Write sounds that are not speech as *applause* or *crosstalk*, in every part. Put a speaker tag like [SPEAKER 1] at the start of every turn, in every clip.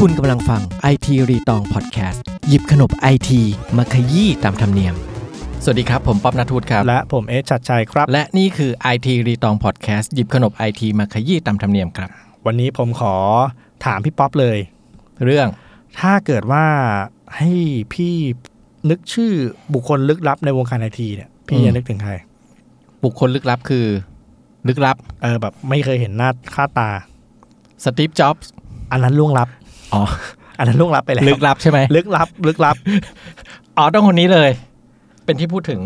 [SPEAKER 1] คุณกำลังฟัง IT รีตองพอดแคสต์หยิบขนบไอทีมาขยี้ตามธรรมเนียม สวัสดีครับ ผมป๊อบนาทูตครับ
[SPEAKER 2] และผมเอชชัดชัยครับ
[SPEAKER 1] และนี่คือ IT รีตองพอดแคสต์หยิบขนบไอทีมาขยี้ตามธรรมเนียมครับ
[SPEAKER 2] วันนี้ผมขอถามพี่ป๊อปเลย
[SPEAKER 1] เรื่อง
[SPEAKER 2] ถ้าเกิดว่าให้พี่นึกชื่อบุคคลลึกลับในวงการไอทีเนี่ย พี่จะนึกถึงใคร
[SPEAKER 1] บุคคลลึกลับคือ ลึกลับ
[SPEAKER 2] เออแบบไม่เคยเห็นหน้าค่าตา
[SPEAKER 1] สตีฟจ็อบส์
[SPEAKER 2] อันนั้นล่วงลับ
[SPEAKER 1] อ๋อ
[SPEAKER 2] อันนั้นล่วงลับไปแล้ว
[SPEAKER 1] ลึกลับใช่ไหม
[SPEAKER 2] ลึกลับ ลึกลับ
[SPEAKER 1] อ๋อต้องคนนี้เลย เป็นที่พูดถึง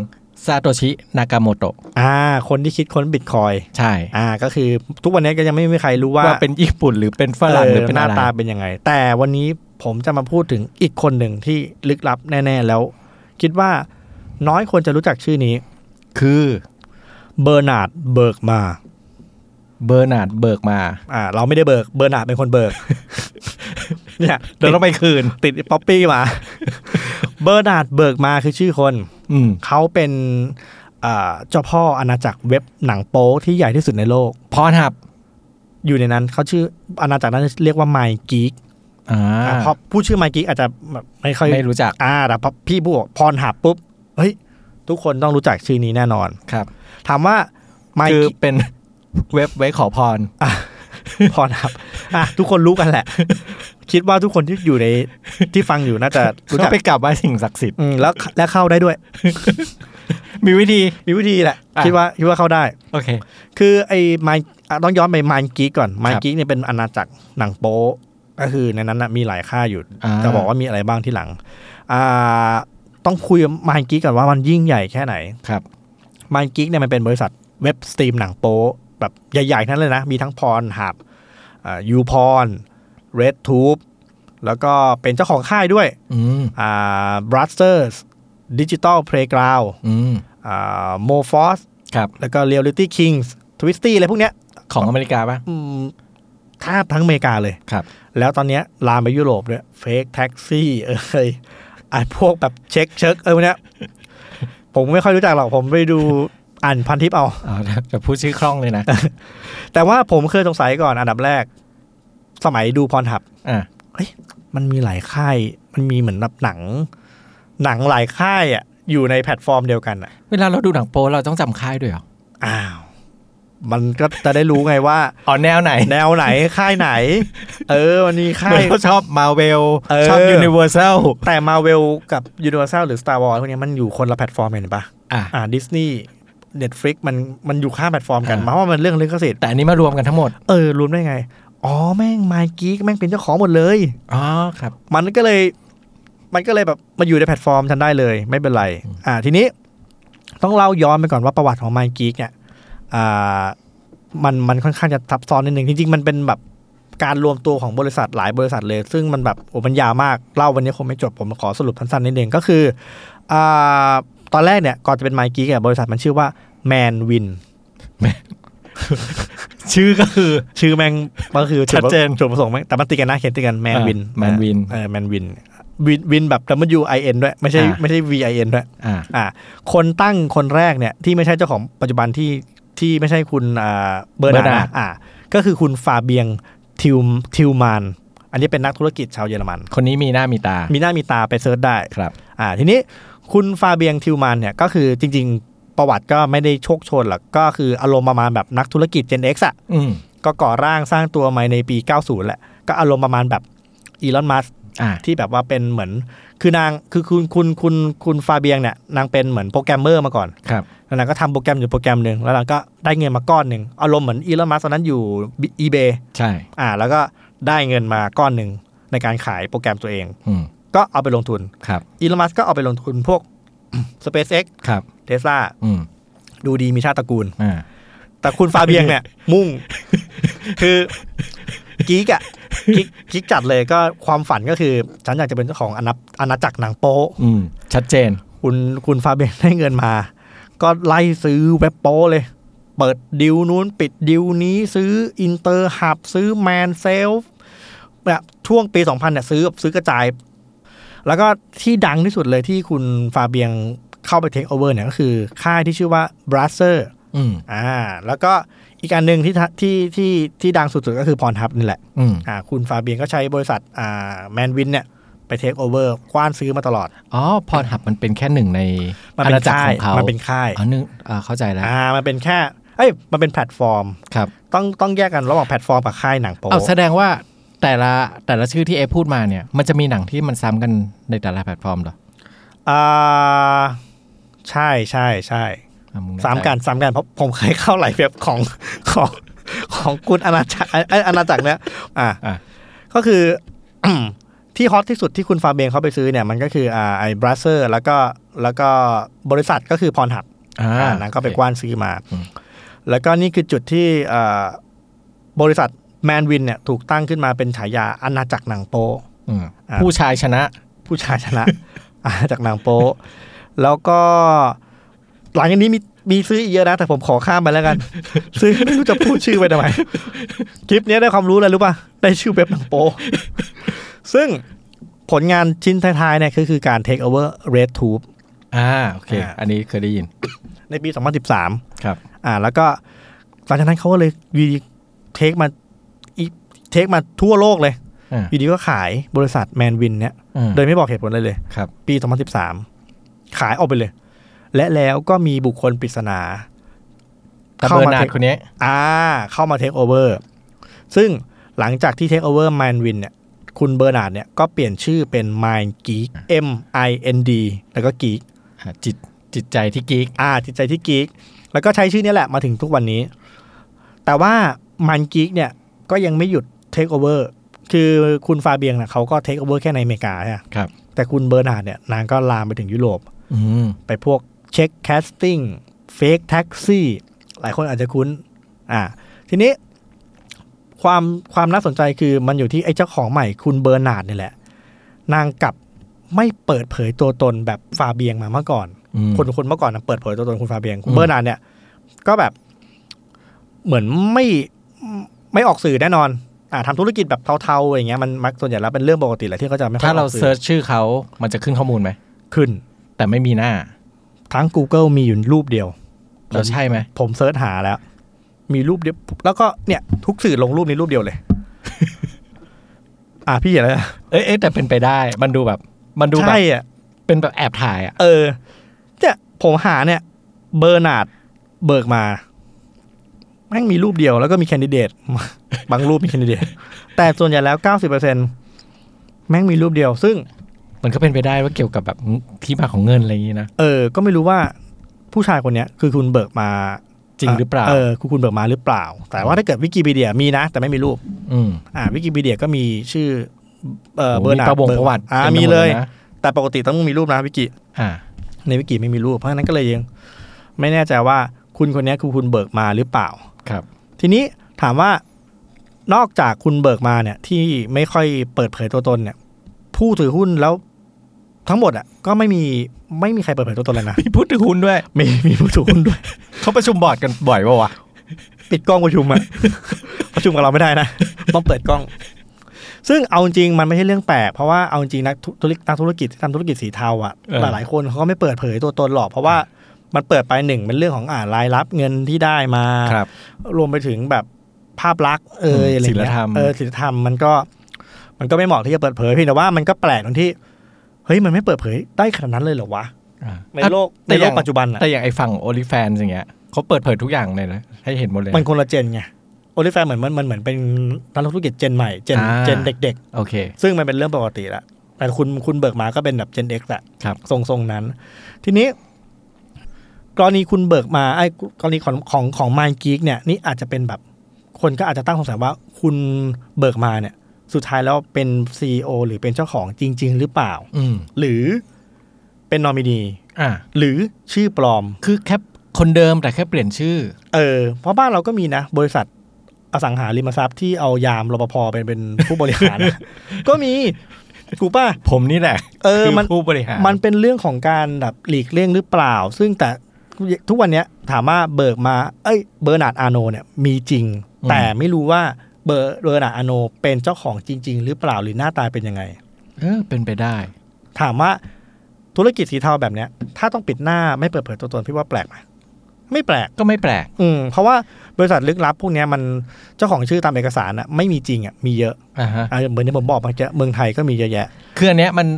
[SPEAKER 1] ซาโตชินากาโมโตะ
[SPEAKER 2] อ่า คนที่คิดค้นบิตคอยน์
[SPEAKER 1] ใช่
[SPEAKER 2] อ่า ก็คือทุกวันนี้ก็ยังไม่มีใครรู้ว่า
[SPEAKER 1] ว่าเป็นญี่ปุ่นหรือเป็นฝรั่งหรือเป็น
[SPEAKER 2] ห
[SPEAKER 1] อะไร
[SPEAKER 2] น้าตาเป็นยังไง แต่วันนี้ผมจะมาพูดถึงอีกคนหนึ่งที่ลึกลับแน่ๆแล้ว คิดว่าน้อยคนจะรู้จักชื่อนี้
[SPEAKER 1] คือ
[SPEAKER 2] เบอร์นาร์ดเบิร์กมา
[SPEAKER 1] เบอร์นาร์ดเบิกมา
[SPEAKER 2] อ่าเราไม่ได้เบิกเบอร์นาร์ดเป็นคนเบิ
[SPEAKER 1] *laughs*
[SPEAKER 2] ก เนี่ย
[SPEAKER 1] เดี๋ยวเราไปคืน
[SPEAKER 2] ติดป๊อปปี้มา เบอร์นาร์ดเบิกมาคือชื่อคน
[SPEAKER 1] อืม
[SPEAKER 2] เขาเป็นอ่าเจ้าพ่ออาณาจักรเว็บหนังโป๊ที่ใหญ่ที่สุดในโลก
[SPEAKER 1] พรหับ
[SPEAKER 2] อยู่ในนั้นเขาชื่ออาณาจักรนั้นเรียกว่าไมกีก
[SPEAKER 1] อ่า
[SPEAKER 2] พอพูดชื่อไมกีกอาจจะแบบไม่ค่อย
[SPEAKER 1] ไม่รู้จัก
[SPEAKER 2] อ่าแต่พอพี่พูดพรหับปุ๊บเฮ้ย ทุกคนต้องรู้จักชื่อนี้แน่นอน
[SPEAKER 1] ครับ
[SPEAKER 2] ถามว่าไม
[SPEAKER 1] คือ
[SPEAKER 2] กี
[SPEAKER 1] เป็น เว็บไว้ขอพร
[SPEAKER 2] พรหับอ่ะทุกคนรู้กันแหละ คิดว่าทุกคนที่อยู่ในที่ฟังอยู่น่าจะรู้
[SPEAKER 1] ก็
[SPEAKER 2] จัก
[SPEAKER 1] ไปกลับไหว้สิ่งศักดิ์สิทธิ์
[SPEAKER 2] อืมแล้วและเข้าได้ด้วย
[SPEAKER 1] *laughs* มีวิธี
[SPEAKER 2] มีวิธีแหละ
[SPEAKER 1] อ่ะ
[SPEAKER 2] คิดว่าคิดว่าเข้าได้
[SPEAKER 1] โอเค
[SPEAKER 2] คือไอ้ไมต้องย้อนไปมายกิ๊กก่อนมาย
[SPEAKER 1] ครับ
[SPEAKER 2] กิ๊กเนี่ยเป็นอาณาจักรหนังโป๊ก็คือในนั้นนะมีหลายค่ายอยู่
[SPEAKER 1] อ่า
[SPEAKER 2] จะบอกว่ามีอะไรบ้างที่หลังอ่าต้องคุยมายกิ๊กก่อนว่ามันยิ่งใหญ่แค่ไหน
[SPEAKER 1] ครับ
[SPEAKER 2] มายกิ๊กเนี่ยมันเป็นบริษัทเว็บสตรีมหนังโป๊แบบใหญ่ๆทั้งนั้นเลยนะ มีทั้งพรหับยูพรเรดทูบแล้วก็เป็นเจ้าของค่ายด้วย
[SPEAKER 1] อืม
[SPEAKER 2] อ่าบรัสเตอร์สดิจิตอลเพลย์กราว
[SPEAKER 1] อืม
[SPEAKER 2] โมฟอส
[SPEAKER 1] ครับ
[SPEAKER 2] แล้วก็เรียลลิตี้คิงส์ทวิสตี้อะไรพวกเนี้ย
[SPEAKER 1] ของอเมริกาป่ะ
[SPEAKER 2] อืมแทบทั้งอเมริกาเลย
[SPEAKER 1] ครับ
[SPEAKER 2] แล้วตอนเนี้ยลามไปยุโรปด้วยเฟกแท็กซี่เอ้ยไอ้พวกแบบเช็คเช็คเออพวกเนี้ย ผมไม่ค่อยรู้จักหรอกผมไปดูอ่านพันทิปเอา
[SPEAKER 1] อ๋อจะพูดชื่อคล่องเลยนะ
[SPEAKER 2] แต่ว่าผมเคยสงสัยก่อนอันดับแรก สมัยดูพรทับ
[SPEAKER 1] อ่า
[SPEAKER 2] มันมีหลายค่าย มันมีเหมือนแบบหนัง หนังหลายค่ายอ่ะ อยู่ในแพลตฟอร์มเดียวกันอ่ะ
[SPEAKER 1] เวลาเราดูหนังโปเราต้องจำค่ายด้วยเหรอ
[SPEAKER 2] อ้าว มันก็จะได้รู้ไงว่า
[SPEAKER 1] *laughs* อ๋อ แนวไหน
[SPEAKER 2] แนวไหน ค่ายไหน เออมันมี
[SPEAKER 1] เห *laughs*
[SPEAKER 2] ค่า
[SPEAKER 1] มือย นเราชอบมาเวล
[SPEAKER 2] เออ
[SPEAKER 1] ชอบยูนิเวอร์แซล
[SPEAKER 2] แต่มาเวลกับ Universal หรือ Star Wars พวกเนี้ยมันอยู่คนละแพลตฟอร์มเห็นปะ
[SPEAKER 1] อ่ะ
[SPEAKER 2] อ่าดิสนีย์เน็ตฟลิกมันมันอยู่ข้ามแพลตฟอร์มกัน
[SPEAKER 1] อ่า
[SPEAKER 2] หมายความว่ามันเรื่องลิขสิทธิ์
[SPEAKER 1] แต่อันนี้มารวมกันทั้งหมด
[SPEAKER 2] เออรวมได้ไง อ๋อ แม่งมายกีกแม่งเป็นเจ้าของหมดเลย
[SPEAKER 1] อ๋อ ครับ
[SPEAKER 2] มันก็เลย มันก็เลยแบบมาอยู่ในแพลตฟอร์มฉันได้เลย ไม่เป็นไร อ่า ทีนี้ต้องเล่าย้อนไปก่อนว่าประวัติของมายกีกเนี่ยอ่ามันมันค่อนข้างจะซับซ้อนนิดนึงจริงๆ มันเป็นแบบการรวมตัวของบริษัทหลายบริษัทเลย ซึ่งมันแบบโอ้มันยาวมากเล่าวันนี้คงไม่จบผมขอสรุปสั้นๆนิดนึงก็คืออ่าตอนแรกเนี่ยก่อนจะเป็นไมกีกเนี่ยบริษัทมันชื่อว่าแมนวิน
[SPEAKER 1] ชื่อก็คือ
[SPEAKER 2] ชื่อแม่งก็คือ
[SPEAKER 1] ชัดเจน
[SPEAKER 2] จุดประสงค์แม่งแต่มันติดกันนะเขียนติดกันแมนวิน
[SPEAKER 1] แมนวิน
[SPEAKER 2] เออแมนวินวินวินแบบ W I N ด้วยไม่ใช่
[SPEAKER 1] อ่า
[SPEAKER 2] ไม่ใช่ V I N ด้วย
[SPEAKER 1] อ่า
[SPEAKER 2] อ่าคนตั้งคนแรกเนี่ยที่ไม่ใช่เจ้าของปัจจุบันที่ที่ไม่ใช่คุณอ่าเบอร์นาร์ด
[SPEAKER 1] Bernard
[SPEAKER 2] นะอ่าก็คือคุณฟาเบียงทิวทิวมาน อันนี้เป็นนักธุรกิจชาวเยอรมัน
[SPEAKER 1] คนนี้มีหน้ามีตา
[SPEAKER 2] มีหน้ามีตาไปเซิร์ชได้
[SPEAKER 1] ครับ
[SPEAKER 2] อ่าทีนี้คุณฟาเบียงทิวมานเนี่ยก็คือจริง ๆ ประวัติก็ไม่ได้โชคโชนหรอกก็คืออารมณ์ประมาณแบบนักธุรกิจ Gen X อะ
[SPEAKER 1] อืม
[SPEAKER 2] ก็ก่อร่างสร้างตัวมาในปี 90 แหละ ก็อารมณ์ประมาณแบบอีลอนมัส
[SPEAKER 1] อ่า
[SPEAKER 2] ที่แบบว่าเป็นเหมือนคือนางคือคุณคุณคุณคุณฟาเบียงเนี่ยนางเป็นเหมือนโปรแกรมเมอร์มาก่อน
[SPEAKER 1] ครับ
[SPEAKER 2] แล้วนางก็ทำโปรแกรมอยู่โปรแกรมหนึ่งแล้วนางก็ได้เงินมาก้อนหนึ่งอารมณ์เหมือนอีล n มัสตอนนั้นอยู่อีเบ
[SPEAKER 1] ใช่
[SPEAKER 2] อ่า แล้วก็ได้เงินมาก้อนหนึ่งในการขายโปรแกรมตัวเอง
[SPEAKER 1] อืม
[SPEAKER 2] ก็เอาไปลงทุน
[SPEAKER 1] ครับ
[SPEAKER 2] อีล n มัสก็เอาไปลงทุนพวก *coughs* SpaceX
[SPEAKER 1] ครับ
[SPEAKER 2] Tesla
[SPEAKER 1] อืม
[SPEAKER 2] ดูดีมีชาติตระกูล
[SPEAKER 1] อ่า
[SPEAKER 2] แต่คุณฟาเบียงเนี่ย *laughs* มุ่ง คือกิ๊กอะกิ๊กกิ๊กจัดเลยก็ความฝันก็คือฉันอยากจะเป็นเจ้าของอาณาอาณาจักรหนังโป๊
[SPEAKER 1] อืม ชัดเจน
[SPEAKER 2] คุณคุณฟาเบียนได้เงินมา ก็ไล่ซื้อเว็บโป้เลย เปิดดิวนู้นปิดดิวนี้ซื้ออินเตอร์หับซื้อแมนเซลแบบช่วงปี 2000เนี่ยซื้อแบบซื้อกระจาย แล้วก็ที่ดังที่สุดเลยที่คุณฟาเบียงเข้าไปเทคโอเวอร์เนี่ยก็คือ ค่ายที่ชื่อว่า b r a s s e r
[SPEAKER 1] อืม
[SPEAKER 2] อ่า แล้วก็อีกอันหนึ่งที่ทะที่ที่ที่ดังสุดๆก็คือพรทับนี่แหละ
[SPEAKER 1] อืม
[SPEAKER 2] อ่าคุณฟาเบียนก็ใช้บริษัทอ่าแมนวินเนี่ย ไปเทคโอเวอร์กว้านซื้อมาตลอด
[SPEAKER 1] อ๋อพรหับมันเป็นแค่หนึ่งใน
[SPEAKER 2] มัน
[SPEAKER 1] อา
[SPEAKER 2] เป็
[SPEAKER 1] ณาน จักร
[SPEAKER 2] ค่า
[SPEAKER 1] ข
[SPEAKER 2] ย
[SPEAKER 1] องเขา
[SPEAKER 2] มันเป็นค่าย
[SPEAKER 1] อ๋อนึงอ่าเข้าใจแล้ว
[SPEAKER 2] อ่ามันเป็นแค่เอ้ยมันเป็นแพลตฟอร์ม
[SPEAKER 1] ครับ
[SPEAKER 2] ต้องต้องแยกกันระหว่างแพลตฟอร์มกับค่ายหนังโป๊
[SPEAKER 1] เอาแสดงว่าแต่ละแต่ละชื่อที่เอพูดมาเนี่ย มันจะมีหนังที่มันซ้ำกันในแต่ละแพลตฟอร์มเหรอ
[SPEAKER 2] อ่าใช่ใช่ใช่
[SPEAKER 1] อ่ะงแน่ใจ
[SPEAKER 2] สามกันสามกันเพราะผมเคยเข้าหลายเว็บของของของคุณอาณาจักรไอยอาณาจักรเนี่ยอ่า
[SPEAKER 1] อ่ะ
[SPEAKER 2] ก็คือ *clears throat* ที่ฮอตที่สุดที่คุณฟาเบียนเขาไปซื้อเนี่ย มันก็คืออ่าไอ้บรัสเซอร์แล้วก็แล้วก็บริษัทก็คือพรหับ
[SPEAKER 1] อ่า
[SPEAKER 2] อ่านั้นก็ไปกว้านซื้อมา
[SPEAKER 1] อืม
[SPEAKER 2] แล้วก็นี่คือจุดที่อ่าบริษัทแมนวินเนี่ยถูกตั้งขึ้นมาเป็นฉายาอาณาจักรหนังโป
[SPEAKER 1] อืม
[SPEAKER 2] อ่ะ
[SPEAKER 1] ผู้ชายชนะ
[SPEAKER 2] ผู้ชายชนะ *laughs* อาณาจักรหนังโป แล้วก็หลังจากนี้มีมีซื้ออีกเยอะนะ แต่ผมขอข้ามไปแล้วกัน *laughs* ซื้อไม่รู้จะพูดชื่อไปทำไม คลิปเนี้ยได้ความรู้อะไรรู้ป่ะ ได้ชื่อเว็บหนังโป ซึ่งผลงานชิ้นท้ายๆเนี่ยคือคือการ take over red tube
[SPEAKER 1] อ่าโอเค
[SPEAKER 2] อ่า
[SPEAKER 1] อันนี้เคยได้ยิน
[SPEAKER 2] ในปี 2013
[SPEAKER 1] ครับ
[SPEAKER 2] อ่า แล้วก็หลังจากนั้นเขาก็เลยวีดีเทคมาอีเทคมาทั่วโลกเลย
[SPEAKER 1] อ่า
[SPEAKER 2] วีดีก็ขายบริษัทแมนวินเนี่ย
[SPEAKER 1] อ่า
[SPEAKER 2] โดยไม่บอกเหตุผลเลยเลย
[SPEAKER 1] ครับ
[SPEAKER 2] ปี 2013 ขายออกไปเลย และแล้วก็มีบุคคลปริศนา
[SPEAKER 1] แต่
[SPEAKER 2] เข้า
[SPEAKER 1] เบอร์
[SPEAKER 2] มา
[SPEAKER 1] นาร์ด
[SPEAKER 2] เทค
[SPEAKER 1] คนเนี้ย
[SPEAKER 2] อ่า เข้ามาเทคโอเวอร์ ซึ่งหลังจากที่เทคโอเวอร์มายวินเนี่ย คุณเบอร์นาร์ดเนี่ย ก็เปลี่ยนชื่อเป็น Mind Geek M I N D แล้วก็ Geek
[SPEAKER 1] อ่ะจิตจิตใจที่กิ๊ก
[SPEAKER 2] อ่า จิตใจที่ Geek แล้วก็ใช้ชื่อเนี้แหละมาถึงทุกวันนี้ แต่ว่า Mind Geek เนี่ย ก็ยังไม่หยุดเทคโอเวอร์คือคุณฟาเบียงนะเขาก็เทคโอเวอร์แค่ในอเมริกาใช่ไหม
[SPEAKER 1] ครับ
[SPEAKER 2] แต่คุณเบอร์นาร์ดเนี่ยนางก็ลามไปถึงยุโรป
[SPEAKER 1] อืม
[SPEAKER 2] ไปพวกเช็คแคสติ้งเฟกแท็กซี่หลายคนอาจจะคุ้น อ่า ทีนี้ความความน่าสนใจคือมันอยู่ที่ไอ้เจ้าของใหม่คุณเบอร์นาร์ดนี่แหละ นางกลับไม่เปิดเผยตัวตนแบบฟาเบียงมาเมื่อก่อน
[SPEAKER 1] อืม
[SPEAKER 2] คนคนเมื่อก่อนนะเปิดเผยตัวตนคุณฟาเบียงคุ
[SPEAKER 1] อื
[SPEAKER 2] ณ
[SPEAKER 1] ม
[SPEAKER 2] เบอร์นาร์ดเนี่ย ก็แบบเหมือนไม่ไม่ออกสื่อแน่นอน อ่าทำธุรกิจแบบเทาๆอย่างเงี้ยมันมักส่วนใหญ่แล้วเป็นเรื่องปกติแหละที่เขาจะไม่ค่อย
[SPEAKER 1] ถ้าเรา
[SPEAKER 2] ออก
[SPEAKER 1] เซิร์ชชื่อเขามันจะขึ้นข้อมูลไหม
[SPEAKER 2] ขึ้น
[SPEAKER 1] แต่ไม่มีหน้า
[SPEAKER 2] ทั้ง Google มีอยู่รูปเดียว
[SPEAKER 1] เราใช่ไหม
[SPEAKER 2] ผมเซิร์ชหาแล้ว มีรูปเดียวแล้วก็เนี่ย ทุกสื่อลงรูปนี้รูปเดียวเลย *laughs* อ่ะพี่เห็นแล้วนะ
[SPEAKER 1] เอ้ยเอ้ยแต่เป็นไปได้ มันดูแบบ มันดูแบบ
[SPEAKER 2] ใช่อ่ะ
[SPEAKER 1] เป็นแบบแอบถ่ายอ่ะ
[SPEAKER 2] เออเนี่ยผมหาเนี่ย เบอร์นาร์ดเบิกมา แม่งมีรูปเดียวแล้วก็มีแคนดิเดต *laughs* บางรูปมีแคนดิเดต แต่ส่วนใหญ่แล้วเก้าสิบเปอร์เซ็นแม่งมีรูปเดียว ซึ่ง
[SPEAKER 1] มันก็เป็นไปได้ว่าเกี่ยวกับแบบที่มาของเงินอะไรอย่างนี้นะ
[SPEAKER 2] เออ ก็ไม่รู้ว่าผู้ชายคนเนี้ย คือคุณเบิกมา
[SPEAKER 1] จริงหรือเปล่า
[SPEAKER 2] เออคือคุณเบิกมาหรือเปล่า แต่ว่าถ้าเกิดวิกิพีเดียมีนะ แต่ไม่มีรูป
[SPEAKER 1] อืม
[SPEAKER 2] อ่าวิกิพีเดียก็มีชื่อเอ่อ
[SPEAKER 1] โโห
[SPEAKER 2] เบอร์
[SPEAKER 1] มี
[SPEAKER 2] นาร์
[SPEAKER 1] ประวง
[SPEAKER 2] เบอ
[SPEAKER 1] ประวัติ
[SPEAKER 2] อ่า
[SPEAKER 1] ต็ไปหด
[SPEAKER 2] มีเลย
[SPEAKER 1] นะ
[SPEAKER 2] แต่ปกติต้องมีรูปนะวิกิ
[SPEAKER 1] อ่า
[SPEAKER 2] ในวิกิไม่มีรูปเพราะฉะนั้นก็เลยยัง ไม่แน่ใจว่าคุณคนนี้คือคุณเบิกมาหรือเปล่า
[SPEAKER 1] ครับ
[SPEAKER 2] ทีนี้ถามว่านอกจากคุณเบิกมาเนี่ยที่ไม่ค่อยเปิดเผยตัวตนเนี่ย ผู้ถือหุ้นแล้วทั้งหมดอ่ะก็ไม่มีไม่มีใครเปิดเผยตัวตนเลยนะ
[SPEAKER 1] *laughs* มีพูดถึงหุ้นด้วย
[SPEAKER 2] มีมีผู้ถือหุ้นด้วย
[SPEAKER 1] เขาประชุมบอร์ดกันบ่อยปะวะ
[SPEAKER 2] ปิดกล้องประชุม *laughs* อะ ประชุมกับเราไม่ได้นะ ต้องเปิดกล้อง ซึ่งเอาจริงมันไม่ใช่เรื่องแปลกเพราะว่าเอาจริงนักธุรกิจนักธุรกิจที่ทำธุรกิจสีเทาอะ
[SPEAKER 1] เออ
[SPEAKER 2] หลายๆคนเขาก็ไม่เปิดเผยตัวตนหรอกเพราะว่ามันเปิดไปหนึ่งเป็นเรื่องของอ่ารายรับเงินที่ได้มา
[SPEAKER 1] ครับ
[SPEAKER 2] รวมไปถึงแบบภาพลักษณ์เออ
[SPEAKER 1] อืม
[SPEAKER 2] อะไร
[SPEAKER 1] ศีล
[SPEAKER 2] เงี้ย
[SPEAKER 1] ธรรม
[SPEAKER 2] เออศีลธรรมมันก็ มันก็ไม่เหมาะที่จะเปิดเผยเพียงแต่ว่ามันก็แปลกตรงที่เฮ้ยมันไม่เปิดเผยได้ขนาดนั้นเลยเหรอวะ
[SPEAKER 1] อ่า
[SPEAKER 2] ในโลกใน
[SPEAKER 1] แต่
[SPEAKER 2] โล
[SPEAKER 1] อย่าก ง
[SPEAKER 2] ปัจจุบันอะ
[SPEAKER 1] แต่อย่างไอ้ฝั่งโอลิแฟนอย่างเงี้ยเขาเปิดเผยทุกอย่างเลยนะให้เห็นหมดเลย
[SPEAKER 2] มันคนละเจนไงโอลิแฟนเหมือนมันมันเหมือนเป็นนักธุรกิจเจนใหม่เจน
[SPEAKER 1] อ่า
[SPEAKER 2] เจนเด็ก ๆ
[SPEAKER 1] โอเค
[SPEAKER 2] ซึ่งมันเป็นเรื่องปกติละแต่คุณคุณเบิกมาก็เป็นแบบ Gen X แหละ
[SPEAKER 1] ครับ
[SPEAKER 2] ทรงทรงๆนั้น ทีนี้ กรณีคุณเบิกมาไอ้กรณีของของของ Mind Geek เนี่ยนี่อาจจะเป็นแบบ คนก็อาจจะตั้งสงสัยว่าคุณเบิกมาเนี่ย สุดท้ายแล้วเป็น CEO หรือเป็นเจ้าของจริง ๆ หรือเปล่า
[SPEAKER 1] อืม
[SPEAKER 2] หรือเป็นนอมินี
[SPEAKER 1] อ่า
[SPEAKER 2] หรือชื่อปลอม
[SPEAKER 1] คือแค่คนเดิมแต่แค่เปลี่ยนชื่อ
[SPEAKER 2] เออ เพราะบ้านเราก็มีนะ บริษัทอสังหาริมทรัพย์ที่เอายามรปภเป็นเป็นผู้บริหารนะ *laughs* ก็มีถูกป่ะ
[SPEAKER 1] ผมนี่แหละ
[SPEAKER 2] เออ
[SPEAKER 1] คือ
[SPEAKER 2] มัน
[SPEAKER 1] ผู้บริหาร
[SPEAKER 2] มันเป็นเรื่องของการแบบหลีกเลี่ยงหรือเปล่า ซึ่งแต่ทุกวันเนี้ยถามว่าเบิกมา เอ้ยเบอร์นาร์ดอาโนเนี่ยมีจริง แต่ไม่รู้ว่าเบอร์เบอร์นาร์ดอาโนเป็นเจ้าของจริง ๆ หรือเปล่าหรือหน้าตาเป็นยังไง
[SPEAKER 1] เออเป็นไปได้
[SPEAKER 2] ถามว่าธุรกิจสีเทาแบบเนี้ยถ้าต้องปิดหน้าไม่เปิดเผยตัวตนพี่ว่าแปลกไหม ไม่แปลก
[SPEAKER 1] ก็ไม่แปลก
[SPEAKER 2] อืมเพราะว่าบริษัทลึกลับพวกเนี้ยมันเจ้าของชื่อตามเอกสารอะไม่มีจริงอะมีเยอะ
[SPEAKER 1] อ่าฮะ
[SPEAKER 2] อ่ะเหมือนที่ผมบอกเมื่อกี้เมืองไทยก็มีเยอะแยะ
[SPEAKER 1] คืออันเนี้ยมัน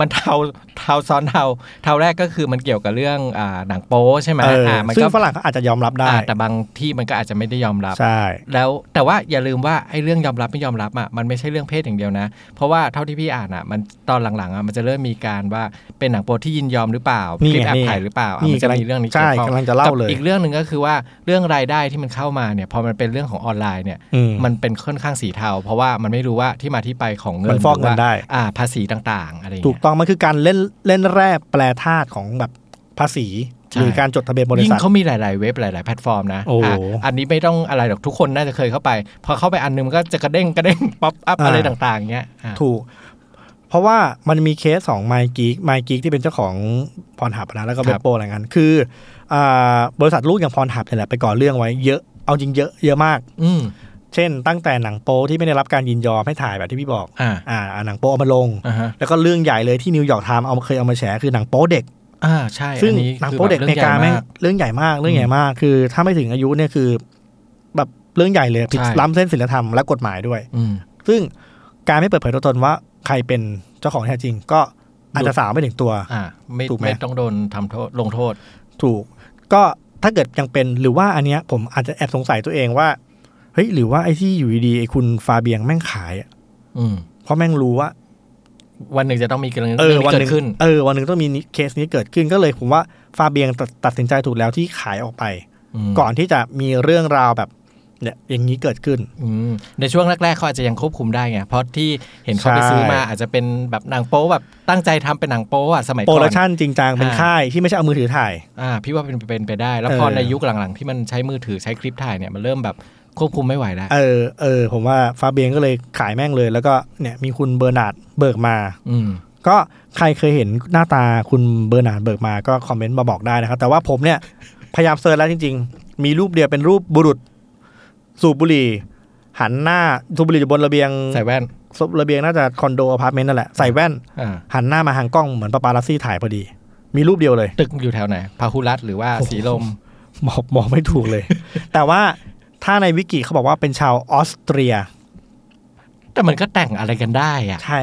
[SPEAKER 1] มันเทาเทาซ้อนเทาเทาแรกก็คือมันเกี่ยวกับเรื่องอ่าหนังโป๊ใช่ไหม
[SPEAKER 2] เออ
[SPEAKER 1] อ่ามัน
[SPEAKER 2] ซึ่
[SPEAKER 1] ก็
[SPEAKER 2] งฝรั่งเขาอาจจะยอมรับได้
[SPEAKER 1] อ่าแต่บางที่มันก็อาจจะไม่ได้ยอมรับ
[SPEAKER 2] ใช่
[SPEAKER 1] แล้วแต่ว่าอย่าลืมว่าไอ้เรื่องยอมรับไม่ยอมรับอ่ะมันไม่ใช่เรื่องเพศอย่างเดียวนะ เพราะว่าเท่าที่พี่อ่านอ่ะมันตอนหลังๆอ่ะมันจะเริ่มมีการว่าเป็นหนังโป๊ที่ยินยอมหรือเปล่า
[SPEAKER 2] นี่
[SPEAKER 1] คลิป
[SPEAKER 2] ไง
[SPEAKER 1] แอบ
[SPEAKER 2] นี่
[SPEAKER 1] ถ่ายหรือเปล่าอ่ะ
[SPEAKER 2] นี่
[SPEAKER 1] มันจะมีเรื่องนี้
[SPEAKER 2] ใช่
[SPEAKER 1] เกี่ยวข้อง
[SPEAKER 2] กำลังจะเล่า
[SPEAKER 1] กับ
[SPEAKER 2] เลย
[SPEAKER 1] อีกเรื่องหนึ่งก็คือว่าเรื่องรายได้ที่มันเข้ามาเนี่ยพอมันเป็นเรื่องของออนไลน์เนี่ย
[SPEAKER 2] อืม
[SPEAKER 1] มันเป็นค่อนข้างสีเทา เพราะว่ามันไม่รู้ว่าที่มาที่ไปของเงิน
[SPEAKER 2] มันฟอกเงิน
[SPEAKER 1] หรืว่า
[SPEAKER 2] ได้
[SPEAKER 1] อ่าภาษีต่างๆ อะไรอย่าง
[SPEAKER 2] ถูก
[SPEAKER 1] เงี้ย
[SPEAKER 2] ต้องมันคือการเล่นเล่นแร่แปรธาตุของแบบภาษี
[SPEAKER 1] ใช่
[SPEAKER 2] หรือการจดทะเบียนบริ
[SPEAKER 1] ยิ่
[SPEAKER 2] ษัท
[SPEAKER 1] งเขามีหลาย ๆ เว็บหลาย ๆ แพลตฟอร์มนะ
[SPEAKER 2] โอ้โห
[SPEAKER 1] ะอันนี้ไม่ต้องอะไรหรอกทุกคนน่าจะเคยเข้าไป พอเข้าไปอันนึงมันก็จะกระเด้งกระเด้ง ป๊อปอัพ
[SPEAKER 2] อ่า
[SPEAKER 1] อะไรต่างๆเงี้ยอ่า
[SPEAKER 2] ถูก เพราะว่ามันมีเคสของ My Geek My Geek ที่เป็นเจ้าของพรหับนะแล้วก็เว็บโปรอะไรเงี้ยคืออ่าบริษัทลูกอย่างพรหับเนี่ยแหละไปก่อเรื่องไว้เยอะเอาจริงเยอะเยอะมาก
[SPEAKER 1] อืม
[SPEAKER 2] เช่น ตั้งแต่หนังโป๊ที่ไม่ได้รับการยินยอมให้ถ่ายแบบที่พี่บอก
[SPEAKER 1] อ่า
[SPEAKER 2] อ่าอ่าหนังโป๊เอามาลง
[SPEAKER 1] อ่าฮะ
[SPEAKER 2] แล้วก็เรื่องใหญ่เลยที่นิวยอร์กไทม์เอาเคยเอามาแฉคือหนังโป๊เด็ก
[SPEAKER 1] อ่าใช่
[SPEAKER 2] ซึ่ง
[SPEAKER 1] อันนี้
[SPEAKER 2] หนัง
[SPEAKER 1] คือ
[SPEAKER 2] โป๊เด็ก
[SPEAKER 1] แบบ
[SPEAKER 2] ในกา
[SPEAKER 1] เรื่องใหญ่
[SPEAKER 2] แม่ง
[SPEAKER 1] มาก
[SPEAKER 2] เรื่องใหญ่มากเรื่องใหญ่มาก คือถ้าไม่ถึงอายุเนี่ยคือแบบเรื่องใหญ่เลยผิด
[SPEAKER 1] ใช่
[SPEAKER 2] ล้ำเส้นศีลธรรมและกฎหมายด้วย
[SPEAKER 1] อืม
[SPEAKER 2] ซึ่งการไม่เปิดเผยตัวตนว่าใครเป็นเจ้าของแท้จริง ก็อาจจะสาวไม่ถึงตัว
[SPEAKER 1] อ่าไม่
[SPEAKER 2] ถูกไหม
[SPEAKER 1] ไม่ต้องโดนทำโทษลงโทษ
[SPEAKER 2] ถูก ก็ถ้าเกิดยังเป็นหรือว่าอันเนี้ยผมอาจจะแอบสงสัยตัวเองว่าเฮ้ยหรือว่าไอ้ที่อยู่ดีๆไอ้คุณฟาเบียงแม่งขายอะ
[SPEAKER 1] อืม
[SPEAKER 2] เพราะแม่งรู้ว่า
[SPEAKER 1] วันหนึ่งจะต้องมีเรื่อง
[SPEAKER 2] เออ
[SPEAKER 1] เรื่อง
[SPEAKER 2] วัน
[SPEAKER 1] นี้เกิด
[SPEAKER 2] หนึ่ง
[SPEAKER 1] ขึ้น
[SPEAKER 2] เออวันหนึ่งต้องมีเคสนี้เกิดขึ้นก็เลยผมว่าฟาเบียงตัดตัดสินใจถูกแล้วที่ขายออกไป
[SPEAKER 1] อืม
[SPEAKER 2] ก่อนที่จะมีเรื่องราวแบบเนี่ยอย่างนี้เกิดขึ้น
[SPEAKER 1] อืมในช่วงแรกๆเขาอาจจะยังควบคุมได้ไง เพราะที่เห็นเขาไป
[SPEAKER 2] ใช่
[SPEAKER 1] ซื้อมาอาจจะเป็นแบบหนังโป๊แบบตั้งใจทำเป็นหนังโป๊อะสมัย
[SPEAKER 2] โปร
[SPEAKER 1] ก่อ
[SPEAKER 2] ดัก
[SPEAKER 1] น
[SPEAKER 2] ชันจริงจังเป็น
[SPEAKER 1] อ่า
[SPEAKER 2] ค่ายที่ไม่ใช่เอามือถือถ่าย
[SPEAKER 1] อ่าพี่ว่าเป็นเป็นไปได้ แล้วพอ
[SPEAKER 2] เออ
[SPEAKER 1] ในยุคหลังๆ ที่มันใช้มือถือใช้คลิปถ่ายเนี่ยมันเริ่มแบบควบคุมไม่ไหวแล้ว
[SPEAKER 2] เออเออผมว่าฟาเบียงก็เลยขายแม่งเลย แล้วก็เนี่ยมีคุณเบอร์นาร์ดเบิกมา
[SPEAKER 1] อืม
[SPEAKER 2] ก็ใครเคยเห็นหน้าตาคุณเบอร์นาร์ดเบิกมาก็คอมเมนต์มาบอกได้นะครับ แต่ว่าผมเนี่ย พยายามเซิร์ชแล้วจริง ๆ มีรูปเดียวเป็นรูปบุรุษ สูบบุหรี่ หันหน้าสูบบุหรี่อยู่บนระเบียง
[SPEAKER 1] ใส่แว่น
[SPEAKER 2] ระเบียงน่าจะคอนโดอพาร์ตเมนต์นั่นแหละใส่แว่น
[SPEAKER 1] อ่า
[SPEAKER 2] หันหน้ามาทางกล้องเหมือนปาปารัสซี่ถ่ายพอดี มีรูปเดียวเลย
[SPEAKER 1] ตึกอยู่แถวไหนพาหุรัตน์หรือว่า
[SPEAKER 2] โอ้โห
[SPEAKER 1] สีลม
[SPEAKER 2] มองมองไม่ถูกเลย *laughs* แต่ว่าถ้าในวิกิเขาบอกว่าเป็นชาวออสเตรีย
[SPEAKER 1] แต่มันก็แต่งอะไรกันได้อ่ะ
[SPEAKER 2] ใช่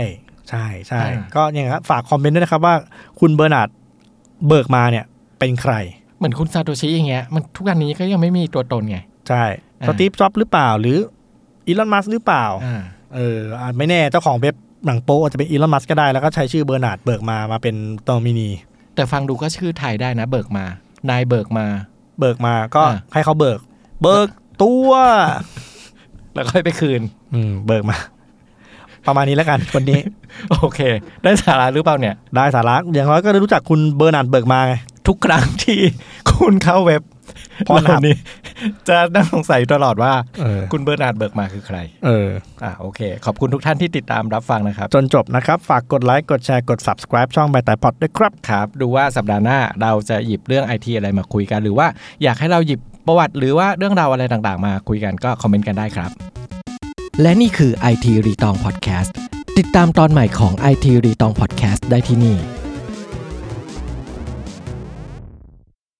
[SPEAKER 2] ใช่ใช่
[SPEAKER 1] อ่า
[SPEAKER 2] ก็อย่างนี้ครับฝากคอมเมนต์ด้วยนะครับว่าคุณเบอร์นาร์ดเบิกมาเนี่ยเป็นใคร
[SPEAKER 1] เหมือนคุณซาโตชิอย่างเงี้ยมันทุกวันนี้ก็ยังไม่มีตัวตนไง
[SPEAKER 2] ใช่
[SPEAKER 1] อ่า
[SPEAKER 2] สตีฟจ็อบส์หรือเปล่า หรืออีลอนมัสหรือเปล่า
[SPEAKER 1] อ่า
[SPEAKER 2] เอออาจไม่แน่เจ้าของเว็บหนังโป๊อาจจะเป็นอีลอนมัสก็ได้แล้วก็ใช้ชื่อเบอร์นาร์ดเบิกมามาเป็นตอมินี
[SPEAKER 1] แต่ฟังดูก็ชื่อไทยได้นะ เบิกมา นายเบิกมา
[SPEAKER 2] เบิกมาก็
[SPEAKER 1] อ่า
[SPEAKER 2] ให้เขาเบิก เบิกตัว
[SPEAKER 1] แล้วค่อยไปคืน *laughs*
[SPEAKER 2] อืมเบิกมา ประมาณนี้แล้วกัน วันนี้
[SPEAKER 1] โอเค ได้สาระหรือเปล่าเนี่ย
[SPEAKER 2] ได้สาระอย่างน้อยก็ได้รู้จักคุณเบอร์นาร์ดเบิกมาไง
[SPEAKER 1] ทุกครั้งที่คุณเข้าเว็บ
[SPEAKER 2] พรหับ
[SPEAKER 1] เหล่านี้ *laughs* จะนั่งสงสัยตลอดว่า
[SPEAKER 2] เออ
[SPEAKER 1] คุณเบอร์นาร์ดเบิกมาคือใคร
[SPEAKER 2] เออ
[SPEAKER 1] อ่าโอเค ขอบคุณทุกท่านที่ติดตามรับฟังนะครับ
[SPEAKER 2] จนจบนะครับ ฝากกดไลค์กดแชร์กด subscribe ช่องใบแต่พอดด้วยครับ
[SPEAKER 1] ครับ ดูว่าสัปดาห์หน้าเราจะหยิบเรื่องไอทีอะไรมาคุยกัน หรือว่าอยากให้เราหยิบประวัติ หรือว่าเรื่องราวอะไรต่างๆ มาคุยกันก็คอมเมนต์กันได้ครับ
[SPEAKER 3] และนี่คือ IT รีตองพอดแคสต์ติดตามตอนใหม่ของ IT รีตองพอดแคสต์ได้ที่นี่